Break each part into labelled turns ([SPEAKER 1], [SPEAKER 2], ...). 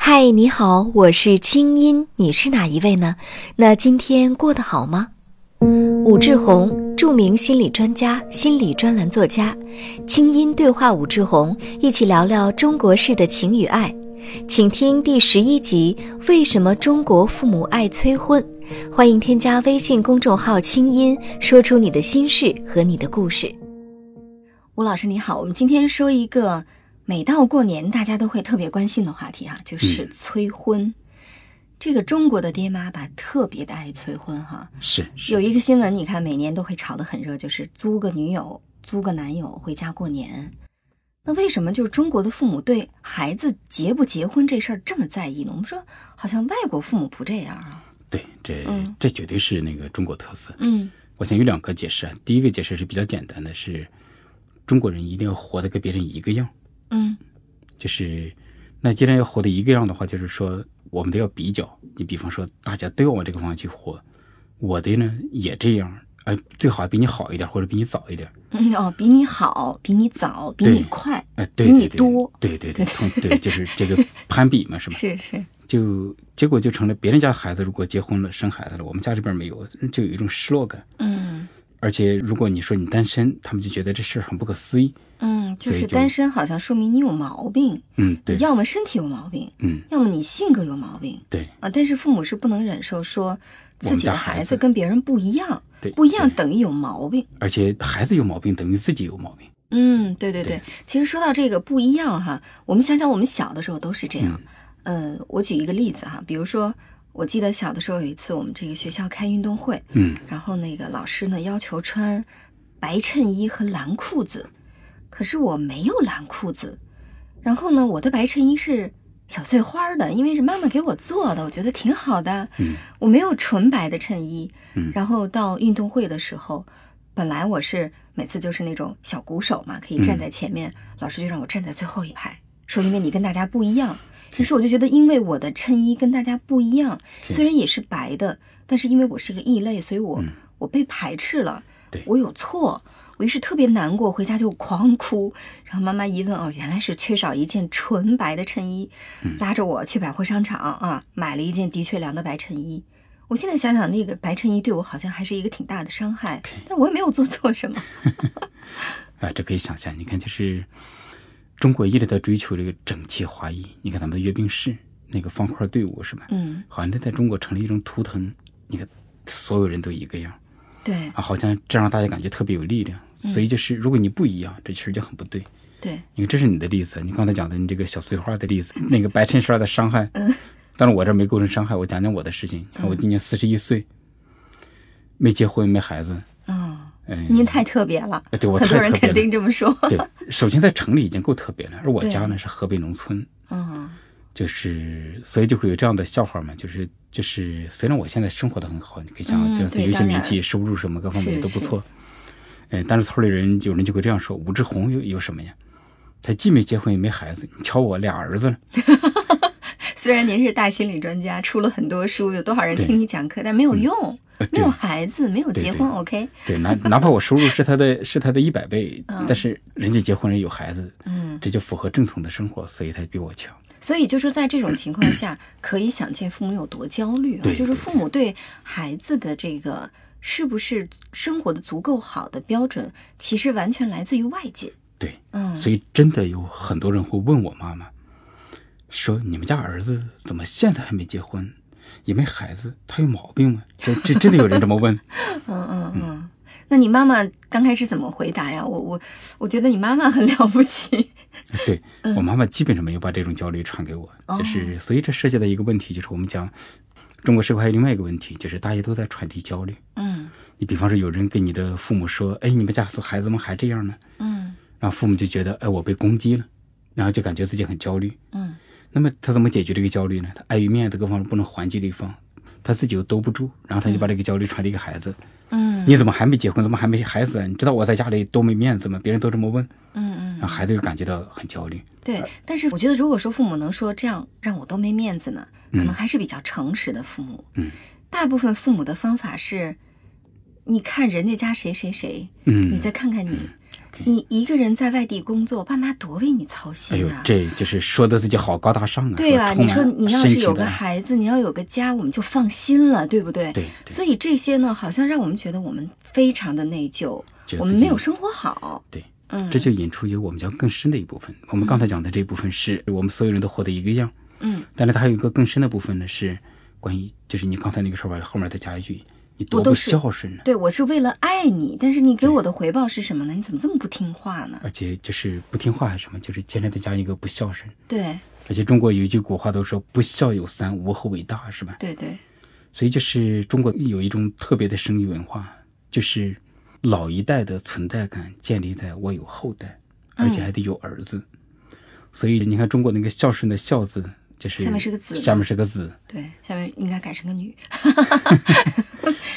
[SPEAKER 1] 嗨，你好，我是清音，你是哪一位呢？那今天过得好吗？武志红，著名心理专家、心理专栏作家，清音对话武志红，一起聊聊中国式的情与爱，请听第十一集《为什么中国父母爱催婚》。欢迎添加微信公众号“清音”，说出你的心事和你的故事。
[SPEAKER 2] 吴老师你好，我们今天说一个每到过年大家都会特别关心的话题啊，
[SPEAKER 3] 嗯
[SPEAKER 2] 就是催婚。这个中国的爹妈吧，特别的爱催婚哈、
[SPEAKER 3] 是是
[SPEAKER 2] 有一个新闻，你看每年都会炒得很热，就是租个女友、租个男友回家过年。那为什么就是中国的父母对孩子结不结婚这事儿这么在意呢？我们说好像外国父母不这样啊。
[SPEAKER 3] 对，这、
[SPEAKER 2] 嗯
[SPEAKER 3] 这绝对是那个中国特色。
[SPEAKER 2] 嗯
[SPEAKER 3] 我想有两个解释啊，第一个解释是比较简单的，是中国人一定要活得跟别人一个样，
[SPEAKER 2] 嗯
[SPEAKER 3] 就是那既然要活得一个样的话，就是说我们都要比较，你比方说大家都要往这个方向去活，我的呢也这样，哎，最好还比你好一点，或者比你早一点，
[SPEAKER 2] 嗯哦，比你好，比你早，比你
[SPEAKER 3] 对
[SPEAKER 2] 快，
[SPEAKER 3] 哎，对
[SPEAKER 2] 比
[SPEAKER 3] 对
[SPEAKER 2] 你
[SPEAKER 3] 对
[SPEAKER 2] 多，
[SPEAKER 3] 对对对，同对就是这个攀比嘛，是吧？
[SPEAKER 2] 是是，
[SPEAKER 3] 就结果就成了别人家孩子如果结婚了生孩子了，我们家这边没有，就有一种失落感。
[SPEAKER 2] 嗯
[SPEAKER 3] 而且如果你说你单身，他们就觉得这事儿很不可思议。
[SPEAKER 2] 嗯，就
[SPEAKER 3] 所以
[SPEAKER 2] 是
[SPEAKER 3] 就
[SPEAKER 2] 单身好像说明你有毛病，
[SPEAKER 3] 嗯，
[SPEAKER 2] 你
[SPEAKER 3] 对，
[SPEAKER 2] 要么身体有毛病，
[SPEAKER 3] 嗯，
[SPEAKER 2] 要么你性格有毛病
[SPEAKER 3] 对，
[SPEAKER 2] 啊。但是父母是不能忍受说自己的孩子跟别人不一样，
[SPEAKER 3] 对，
[SPEAKER 2] 不一样
[SPEAKER 3] 对。
[SPEAKER 2] 等于有毛病。
[SPEAKER 3] 而且孩子有毛病等于自己有毛病。
[SPEAKER 2] 嗯，对对对。
[SPEAKER 3] 对
[SPEAKER 2] 其实说到这个不一样哈，我们想想我们小的时候都是这样。
[SPEAKER 3] 嗯
[SPEAKER 2] 呃，我举一个例子哈，比如说，我记得小的时候有一次我们这个学校开运动会，
[SPEAKER 3] 嗯，
[SPEAKER 2] 然后那个老师呢要求穿白衬衣和蓝裤子，可是我没有蓝裤子。然后呢，我的白衬衣是小碎花儿的，因为是妈妈给我做的，我觉得挺好的。
[SPEAKER 3] 嗯
[SPEAKER 2] 我没有纯白的衬衣。
[SPEAKER 3] 嗯
[SPEAKER 2] 然后到运动会的时候，本来我是每次就是那种小鼓手嘛，可以
[SPEAKER 3] 嗯
[SPEAKER 2] 站在前面，老师就让我站在最后一排，说因为你跟大家不一样。于是我就觉得，因为我的衬衣跟大家不一样，
[SPEAKER 3] 对
[SPEAKER 2] 虽然也是白的，但是因为我是一个异类，所以我、
[SPEAKER 3] 嗯
[SPEAKER 2] 我被排斥了
[SPEAKER 3] 对，
[SPEAKER 2] 我有错，我于是特别难过，回家就狂哭。然后妈妈一问，哦，原来是缺少一件纯白的衬衣，
[SPEAKER 3] 嗯
[SPEAKER 2] 拉着我去百货商场啊，买了一件的确良的白衬衣。我现在想想，那个白衬衣对我好像还是一个挺大的伤害，但我也没有做错什么。
[SPEAKER 3] 啊，这可以想象。你看，就是中国一直在追求这个整齐划一。你看咱们的阅兵式那个方块队伍是吧？
[SPEAKER 2] 嗯，
[SPEAKER 3] 好像它在中国成了一种图腾。你看，所有人都一个样
[SPEAKER 2] 对
[SPEAKER 3] 啊，好像这让大家感觉特别有力量。所以就是，如果你不一样，这其实就很不对。
[SPEAKER 2] 对，
[SPEAKER 3] 你看，这是你的例子，你刚才讲的你这个小碎花的例子，那个白衬衫的伤害，
[SPEAKER 2] 嗯
[SPEAKER 3] 但是我这没构成伤害，我讲讲我的事情。你看，我今年四十一岁，没结婚，没孩子，
[SPEAKER 2] 嗯，
[SPEAKER 3] 嗯、
[SPEAKER 2] 您太特别了，
[SPEAKER 3] 哎对我
[SPEAKER 2] 很多
[SPEAKER 3] 太
[SPEAKER 2] 人
[SPEAKER 3] 特别
[SPEAKER 2] 肯
[SPEAKER 3] 了
[SPEAKER 2] 定这么 说。
[SPEAKER 3] 对，首先在城里已经够特别了，而我
[SPEAKER 2] 对
[SPEAKER 3] 家呢是河北农村，
[SPEAKER 2] 嗯
[SPEAKER 3] 就是所以就会有这样的笑话嘛，就是就是虽然我现在生活的很好，你可以想
[SPEAKER 2] 嗯
[SPEAKER 3] 想，就
[SPEAKER 2] 对
[SPEAKER 3] 有些
[SPEAKER 2] 当
[SPEAKER 3] 名
[SPEAKER 2] 然
[SPEAKER 3] 气、收入什么各方面
[SPEAKER 2] 是
[SPEAKER 3] 都不
[SPEAKER 2] 是
[SPEAKER 3] 错，嗯、但是村里人有人就会这样说：武志红有有什么呀？他既没结婚也没孩子，你瞧我俩儿子了。
[SPEAKER 2] 虽然您是大心理专家，出了很多书，有多少人
[SPEAKER 3] 对
[SPEAKER 2] 听你讲课，但没有用，
[SPEAKER 3] 呃
[SPEAKER 2] 没有
[SPEAKER 3] 对
[SPEAKER 2] 孩子，没有
[SPEAKER 3] 对
[SPEAKER 2] 结
[SPEAKER 3] 对
[SPEAKER 2] 婚，OK？
[SPEAKER 3] 对，哪哪怕我收入是他的是他的一百倍，但是人家结婚人有孩子，
[SPEAKER 2] 嗯，
[SPEAKER 3] 这就符合正统的生活，所以他比我强。
[SPEAKER 2] 所以就说在这种情况下，可以想见父母有多焦虑啊！
[SPEAKER 3] 对
[SPEAKER 2] 就是
[SPEAKER 3] 对
[SPEAKER 2] 父母对孩子的这个是不是生活的足够好的标准，其实完全来自于外界。
[SPEAKER 3] 对，
[SPEAKER 2] 嗯，
[SPEAKER 3] 所以真的有很多人会问我妈妈，说你们家儿子怎么现在还没结婚，也没孩子，他有毛病吗？这这真的有人这 么问。
[SPEAKER 2] 嗯嗯嗯。那你妈妈刚开始怎么回答呀？我我我觉得你妈妈很了不起。
[SPEAKER 3] 对
[SPEAKER 2] 嗯
[SPEAKER 3] 我妈妈基本上没有把这种焦虑传给我，
[SPEAKER 2] 哦
[SPEAKER 3] 就是所以这涉及到一个问题，就是我们讲中国社会还有另外一个问题，就是大家都在传递焦虑。
[SPEAKER 2] 嗯
[SPEAKER 3] 你比方说有人跟你的父母说，哎，你们家孩子怎么还这样呢？
[SPEAKER 2] 嗯
[SPEAKER 3] 然后父母就觉得，哎，我被攻击了，然后就感觉自己很焦虑。
[SPEAKER 2] 嗯
[SPEAKER 3] 那么他怎么解决这个焦虑呢？他碍于面子各方面不能还击对方，他自己又兜不住，然后他就把这个焦虑传递给孩子。
[SPEAKER 2] 嗯
[SPEAKER 3] 你怎么还没结婚？怎么还没孩子啊？你知道我在家里多没面子吗？别人都这么问，
[SPEAKER 2] 嗯
[SPEAKER 3] 然
[SPEAKER 2] 嗯，
[SPEAKER 3] 后孩子就感觉到很焦虑。
[SPEAKER 2] 对。但是我觉得，如果说父母能说这样让我多没面子呢，可能还是比较诚实的父母。
[SPEAKER 3] 嗯
[SPEAKER 2] 大部分父母的方法是，你看人家家谁谁谁，你啊
[SPEAKER 3] 嗯
[SPEAKER 2] 再看看你。
[SPEAKER 3] OK，
[SPEAKER 2] 你一个人在外地工作，爸妈多为你操
[SPEAKER 3] 哎
[SPEAKER 2] 心
[SPEAKER 3] 呦
[SPEAKER 2] 啊，！
[SPEAKER 3] 这就是说的自己好高大上啊，
[SPEAKER 2] 对
[SPEAKER 3] 说
[SPEAKER 2] 吧？
[SPEAKER 3] 充
[SPEAKER 2] 你说
[SPEAKER 3] 满
[SPEAKER 2] 你要
[SPEAKER 3] 深
[SPEAKER 2] 是
[SPEAKER 3] 情
[SPEAKER 2] 有
[SPEAKER 3] 的
[SPEAKER 2] 个
[SPEAKER 3] 爱
[SPEAKER 2] 孩子，你要有个家，我们就放心了，对不对？
[SPEAKER 3] 对对
[SPEAKER 2] 所以这些呢，好像让我们觉得我们非常的内疚，
[SPEAKER 3] 觉
[SPEAKER 2] 我
[SPEAKER 3] 得自
[SPEAKER 2] 们
[SPEAKER 3] 己
[SPEAKER 2] 没有生活好。
[SPEAKER 3] 对，
[SPEAKER 2] 嗯，
[SPEAKER 3] 这就引出有我们叫更深的一部分。我们刚才讲的这一部分是我们所有人都活得一个样，
[SPEAKER 2] 嗯，
[SPEAKER 3] 但是它还有一个更深的部分呢，是关于就是你刚才那个说法后面再加一句，你多
[SPEAKER 2] 我都
[SPEAKER 3] 不
[SPEAKER 2] 是
[SPEAKER 3] 孝顺呢，
[SPEAKER 2] 对我是为了爱你，但是你给我的回报是什么呢？你怎么这么不听话呢？
[SPEAKER 3] 而且就是不听话还是什么，就是接着再加一个不孝顺。
[SPEAKER 2] 对
[SPEAKER 3] 而且中国有一句古话都说“不孝有三，无后为大”，是吧？
[SPEAKER 2] 对对，
[SPEAKER 3] 所以就是中国有一种特别的生育文化，就是老一代的存在感建立在我有后代，而
[SPEAKER 2] 嗯
[SPEAKER 3] 且还得有儿子。所以你看中国那个孝顺的孝字，就是
[SPEAKER 2] 下面是个子
[SPEAKER 3] 下面是个子，
[SPEAKER 2] 对，下面应该改成个女。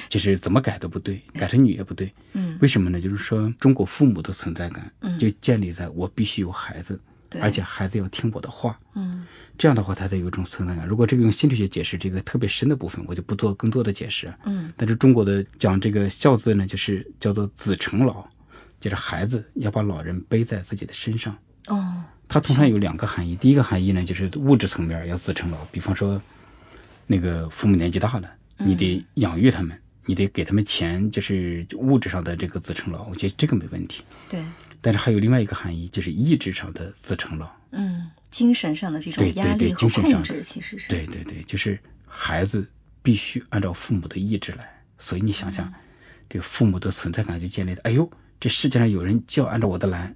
[SPEAKER 3] 就是怎么改都不对，改成女也不对。
[SPEAKER 2] 嗯，
[SPEAKER 3] 为什么呢？就是说中国父母的存在感
[SPEAKER 2] 嗯
[SPEAKER 3] 就建立在我必须有孩子，
[SPEAKER 2] 对，
[SPEAKER 3] 而且孩子要听我的话。
[SPEAKER 2] 嗯
[SPEAKER 3] 这样的话，他才有一种存在感。如果这个用心理学解释这个特别深的部分，我就不做更多的解释啊。
[SPEAKER 2] 嗯
[SPEAKER 3] 但是中国的讲这个孝字呢，就是叫做子承老，就是孩子要把老人背在自己的身上。
[SPEAKER 2] 哦，
[SPEAKER 3] 它通常有两个含义，第一个含义呢就是物质层面要子承老，比方说那个父母年纪大了，你得养育他们，你得给他们钱，就是物质上的这个子承老，我觉得这个没问题。
[SPEAKER 2] 对，
[SPEAKER 3] 但是还有另外一个含义，就是意志上的子承老。
[SPEAKER 2] 嗯，精神上的这种
[SPEAKER 3] 对对
[SPEAKER 2] 压
[SPEAKER 3] 对
[SPEAKER 2] 力和
[SPEAKER 3] 精神上
[SPEAKER 2] 控
[SPEAKER 3] 的
[SPEAKER 2] 制其实是
[SPEAKER 3] 对对对，就是孩子必须按照父母的意志来。所以你想想，这个父母的存在感就建立的。哎呦，这世界上有人就要按照我的来。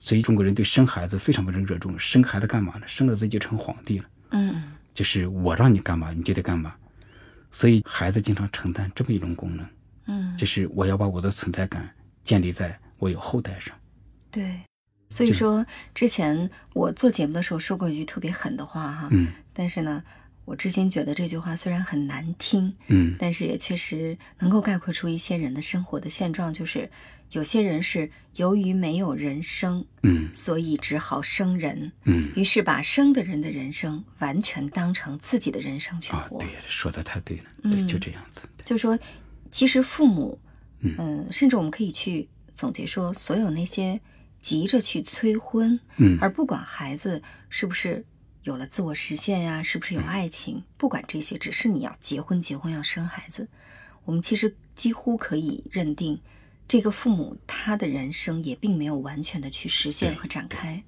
[SPEAKER 3] 所以中国人对生孩子非常非常热衷。生孩子干嘛呢？生了自己就成皇帝了，
[SPEAKER 2] 嗯
[SPEAKER 3] 就是我让你干嘛你就得干嘛。所以孩子经常承担这么一种功能，
[SPEAKER 2] 嗯
[SPEAKER 3] 就是我要把我的存在感建立在我有后代上。
[SPEAKER 2] 对。所以说，之前我做节目的时候说过一句特别狠的话哈，
[SPEAKER 3] 嗯
[SPEAKER 2] 但是呢，我至今觉得这句话虽然很难听，
[SPEAKER 3] 嗯，
[SPEAKER 2] 但是也确实能够概括出一些人的生活的现状，就是有些人是由于没有人生，
[SPEAKER 3] 嗯
[SPEAKER 2] 所以只好生人，
[SPEAKER 3] 嗯。
[SPEAKER 2] 于是把生的人的人生完全当成自己的人生去
[SPEAKER 3] 啊，
[SPEAKER 2] 活。嗯
[SPEAKER 3] 对，说的太对了，对，就这样子。
[SPEAKER 2] 就说，其实父母，
[SPEAKER 3] 嗯
[SPEAKER 2] 呃甚至我们可以去总结说，所有那些急着去催婚，
[SPEAKER 3] 嗯
[SPEAKER 2] 而不管孩子是不是有了自我实现呀、是不是有
[SPEAKER 3] 嗯
[SPEAKER 2] 爱情，不管这些，只是你要结婚，结婚要生孩子，我们其实几乎可以认定，这个父母他的人生也并没有完全的去实现
[SPEAKER 3] 对
[SPEAKER 2] 和展开。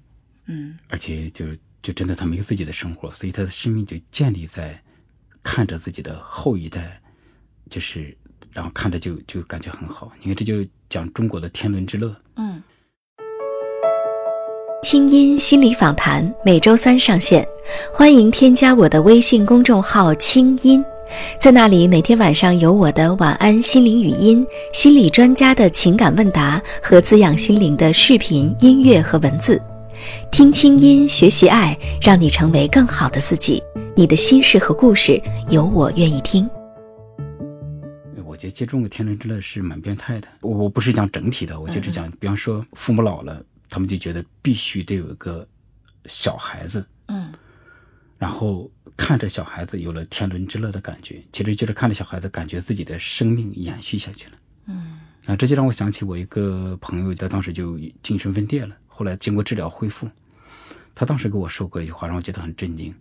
[SPEAKER 2] 嗯，
[SPEAKER 3] 而且就就真的他没有自己的生活，所以他的生命就建立在看着自己的后一代，就是然后看着就就感觉很好。你看，这就讲中国的天伦之乐，
[SPEAKER 2] 嗯，
[SPEAKER 1] 清音心理访谈每周三上线，欢迎添加我的微信公众号“清音”，在那里每天晚上有我的晚安心灵语音、心理专家的情感问答和滋养心灵的视频、音乐和文字。听清音，学习爱，让你成为更好的自己。你的心事和故事，有我愿意听。
[SPEAKER 3] 呃我觉得接种个天伦之乐是蛮变态的。我我不是讲整体的，我就是讲，比方说父母老了，他们就觉得必须得有一个小孩子，
[SPEAKER 2] 嗯，
[SPEAKER 3] 然后看着小孩子有了天伦之乐的感觉，其实就是看着小孩子感觉自己的生命延续下去了。
[SPEAKER 2] 嗯，
[SPEAKER 3] 啊，这就让我想起我一个朋友，他当时就精神分裂了，后来经过治疗恢复。他当时跟我说过一句话，让我觉得很震惊。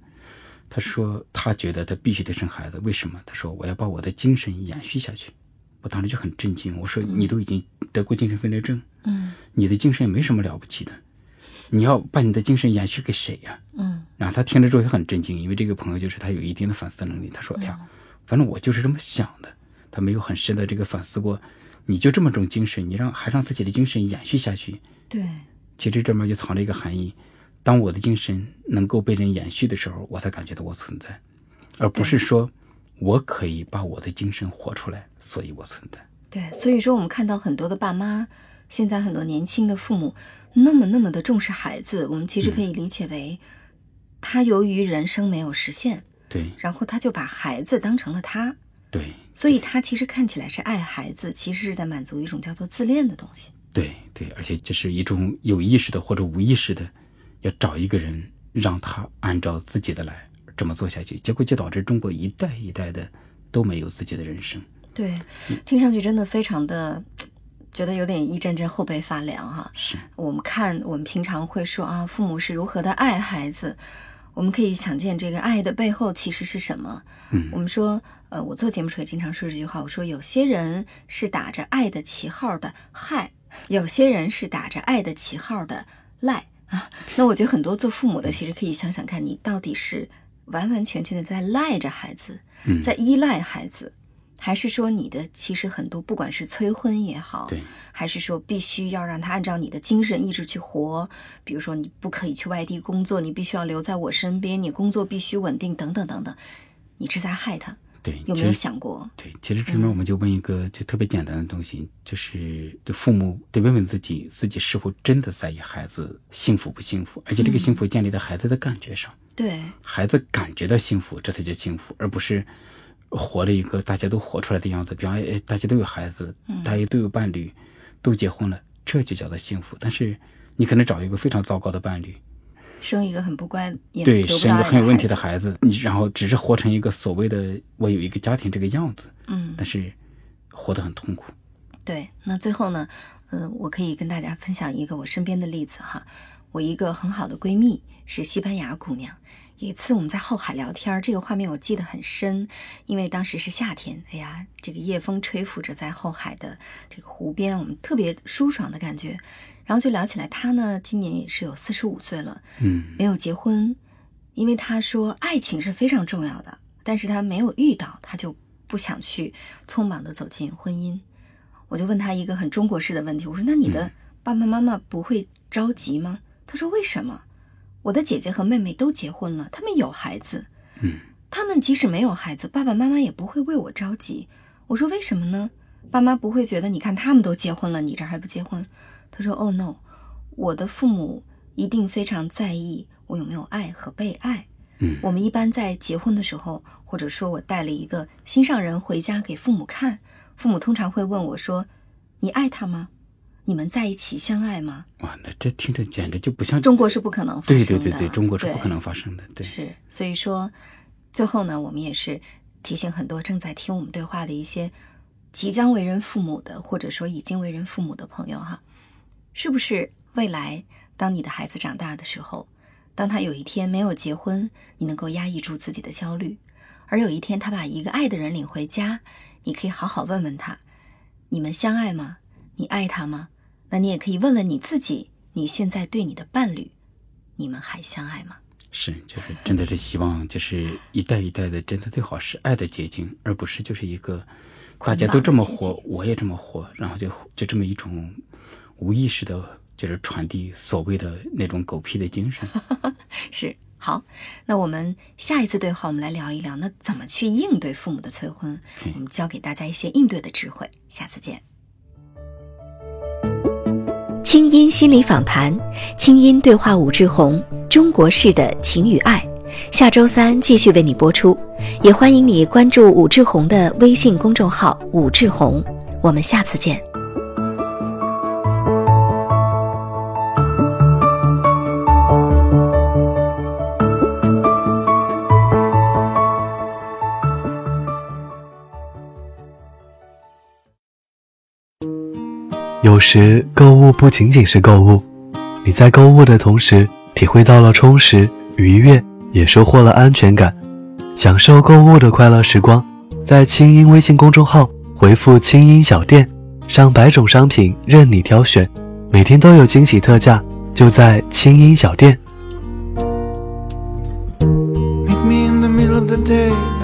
[SPEAKER 3] 他说他觉得他必须得生孩子，为什么？他说我要把我的精神延续下去。我当时就很震惊，我说你都已经得过精神分裂症，
[SPEAKER 2] 嗯，
[SPEAKER 3] 你的精神也没什么了不起的，你要把你的精神延续给谁呀、
[SPEAKER 2] 嗯，
[SPEAKER 3] 然后他听了之后也很震惊，因为这个朋友就是他有一定的反思能力。他说：“哎呀，反正我就是这么想的。”他没有很深的这个反思过，你就这么种精神，你让还让自己的精神延续下去，
[SPEAKER 2] 对，
[SPEAKER 3] 其实这里面就藏着一个含义：当我的精神能够被人延续的时候，我才感觉到我存在，而不是说我可以把我的精神活出来，所以我存在。
[SPEAKER 2] 对，所以说我们看到很多的爸妈，现在很多年轻的父母那么那么的重视孩子，我们其实可以理解为，他由于人生没有实现，
[SPEAKER 3] 对
[SPEAKER 2] 然后他就把孩子当成了他，
[SPEAKER 3] 对
[SPEAKER 2] 所以他其实看起来是爱孩子，其实是在满足一种叫做自恋的东西。
[SPEAKER 3] 对对，而且这是一种有意识的或者无意识的，要找一个人让他按照自己的来这么做下去，结果就导致中国一代一代的都没有自己的人生。
[SPEAKER 2] 对，听上去真的非常的觉得有点一阵阵后背发凉哈、
[SPEAKER 3] 是，
[SPEAKER 2] 我们看，我们平常会说啊，父母是如何的爱孩子，我们可以想见这个爱的背后其实是什么。
[SPEAKER 3] 嗯
[SPEAKER 2] 我们说，呃，我做节目时候也经常说这句话，我说有些人是打着爱的旗号的害，有些人是打着爱的旗号的赖啊。那我觉得很多做父母的其实可以想想看，你到底是完完全全的在赖着孩子，
[SPEAKER 3] 嗯，
[SPEAKER 2] 在依赖孩子，还是说你的其实很多不管是催婚也好，
[SPEAKER 3] 对，
[SPEAKER 2] 还是说必须要让他按照你的精神意志去活？比如说，你不可以去外地工作，你必须要留在我身边，你工作必须稳定，等等等等。你是在害他，
[SPEAKER 3] 对，
[SPEAKER 2] 有没
[SPEAKER 3] 其
[SPEAKER 2] 有嗯
[SPEAKER 3] 实
[SPEAKER 2] 想过？
[SPEAKER 3] 对，其实这里面我们就问一个就特别简单的东西，就是对父母得问问自己，自己是否真的在意孩子幸福不幸福，而且
[SPEAKER 2] 嗯
[SPEAKER 3] 这个幸福建立在孩子的感觉上，
[SPEAKER 2] 对
[SPEAKER 3] 孩子感觉到幸福，这才叫幸福，而不是活了一个大家都活出来的样子。比方，哎，大家都有孩子，
[SPEAKER 2] 嗯
[SPEAKER 3] 大家都有伴侣，都结婚了，这就叫做幸福。但是你可能找一个非常糟糕的伴侣，
[SPEAKER 2] 生一个很不乖，也
[SPEAKER 3] 对，
[SPEAKER 2] 留不
[SPEAKER 3] 生
[SPEAKER 2] 到
[SPEAKER 3] 一个
[SPEAKER 2] 爱
[SPEAKER 3] 很有问题
[SPEAKER 2] 孩
[SPEAKER 3] 的
[SPEAKER 2] 子，
[SPEAKER 3] 孩子，你然后只是活成一个所谓的我有一个家庭这个样子，
[SPEAKER 2] 嗯，
[SPEAKER 3] 但是活得很痛苦。
[SPEAKER 2] 对，那最后呢，嗯、我可以跟大家分享一个我身边的例子哈。我一个很好的闺蜜是西班牙姑娘，有一次我们在后海聊天儿，这个画面我记得很深，因为当时是夏天，哎呀，这个夜风吹拂着在后海的这个湖边，我们特别舒爽的感觉。然后就聊起来，她呢今年也是有四十五岁了，
[SPEAKER 3] 嗯
[SPEAKER 2] 没有结婚，因为他说爱情是非常重要的，但是他没有遇到，他就不想去匆忙的走进婚姻。我就问他一个很中国式的问题，我说：“那你的爸爸妈妈不会着急吗？”他说：“为什么？我的姐姐和妹妹都结婚了，他们有孩子，
[SPEAKER 3] 嗯
[SPEAKER 2] 他们即使没有孩子，爸爸妈妈也不会为我着急。我说为什么呢？爸妈不会觉得你看他们都结婚了，你这儿还不结婚？他说：“Oh no，我的父母一定非常在意我有没有爱和被爱。
[SPEAKER 3] 嗯
[SPEAKER 2] 我们一般在结婚的时候，或者说我带了一个心上人回家给父母看，父母通常会问我说：‘你爱他吗？你们在一起相爱吗
[SPEAKER 3] 哇，那这听着简直就不像？’
[SPEAKER 2] 中国是不可能发生
[SPEAKER 3] 对
[SPEAKER 2] 的。
[SPEAKER 3] 对对对，中国是不
[SPEAKER 2] 对
[SPEAKER 3] 可能发生的。对，
[SPEAKER 2] 是，所以说，最后呢，我们也是提醒很多正在听我们对话的一些即将为人父母的，或者说已经为人父母的朋友哈，是不是未来当你的孩子长大的时候，当他有一天没有结婚，你能够压抑住自己的焦虑，而有一天他把一个爱的人领回家，你可以好好问问他，你们相爱吗？你爱他吗？那你也可以问问你自己，你现在对你的伴侣，你们还相爱吗？
[SPEAKER 3] 是就是真的是希望就是一代一代的，真的最好是爱的结晶，而不是就是一个大
[SPEAKER 2] 捆
[SPEAKER 3] 家
[SPEAKER 2] 绑
[SPEAKER 3] 都
[SPEAKER 2] 的
[SPEAKER 3] 这么
[SPEAKER 2] 结
[SPEAKER 3] 活
[SPEAKER 2] 晶，
[SPEAKER 3] 我也这么活，然后就就这么一种无意识的，就是传递所谓的那种狗屁的精神。
[SPEAKER 2] 是好，那我们下一次对话，我们来聊一聊，那怎么去应对父母的催婚？
[SPEAKER 3] 对
[SPEAKER 2] 我们教给大家一些应对的智慧。下次见。
[SPEAKER 1] 清音心理访谈，清音对话武志红，中国式的情与爱，下周三继续为你播出。也欢迎你关注武志红的微信公众号“武志红”，我们下次见。
[SPEAKER 4] 有时购物不仅仅是购物，你在购物的同时体会到了充实、愉悦，也收获了安全感，享受购物的快乐时光。在清音微信公众号回复“清音小店”，上百种商品任你挑选，每天都有惊喜特价，就在清音小店。
[SPEAKER 5] Meet me in the middle of the day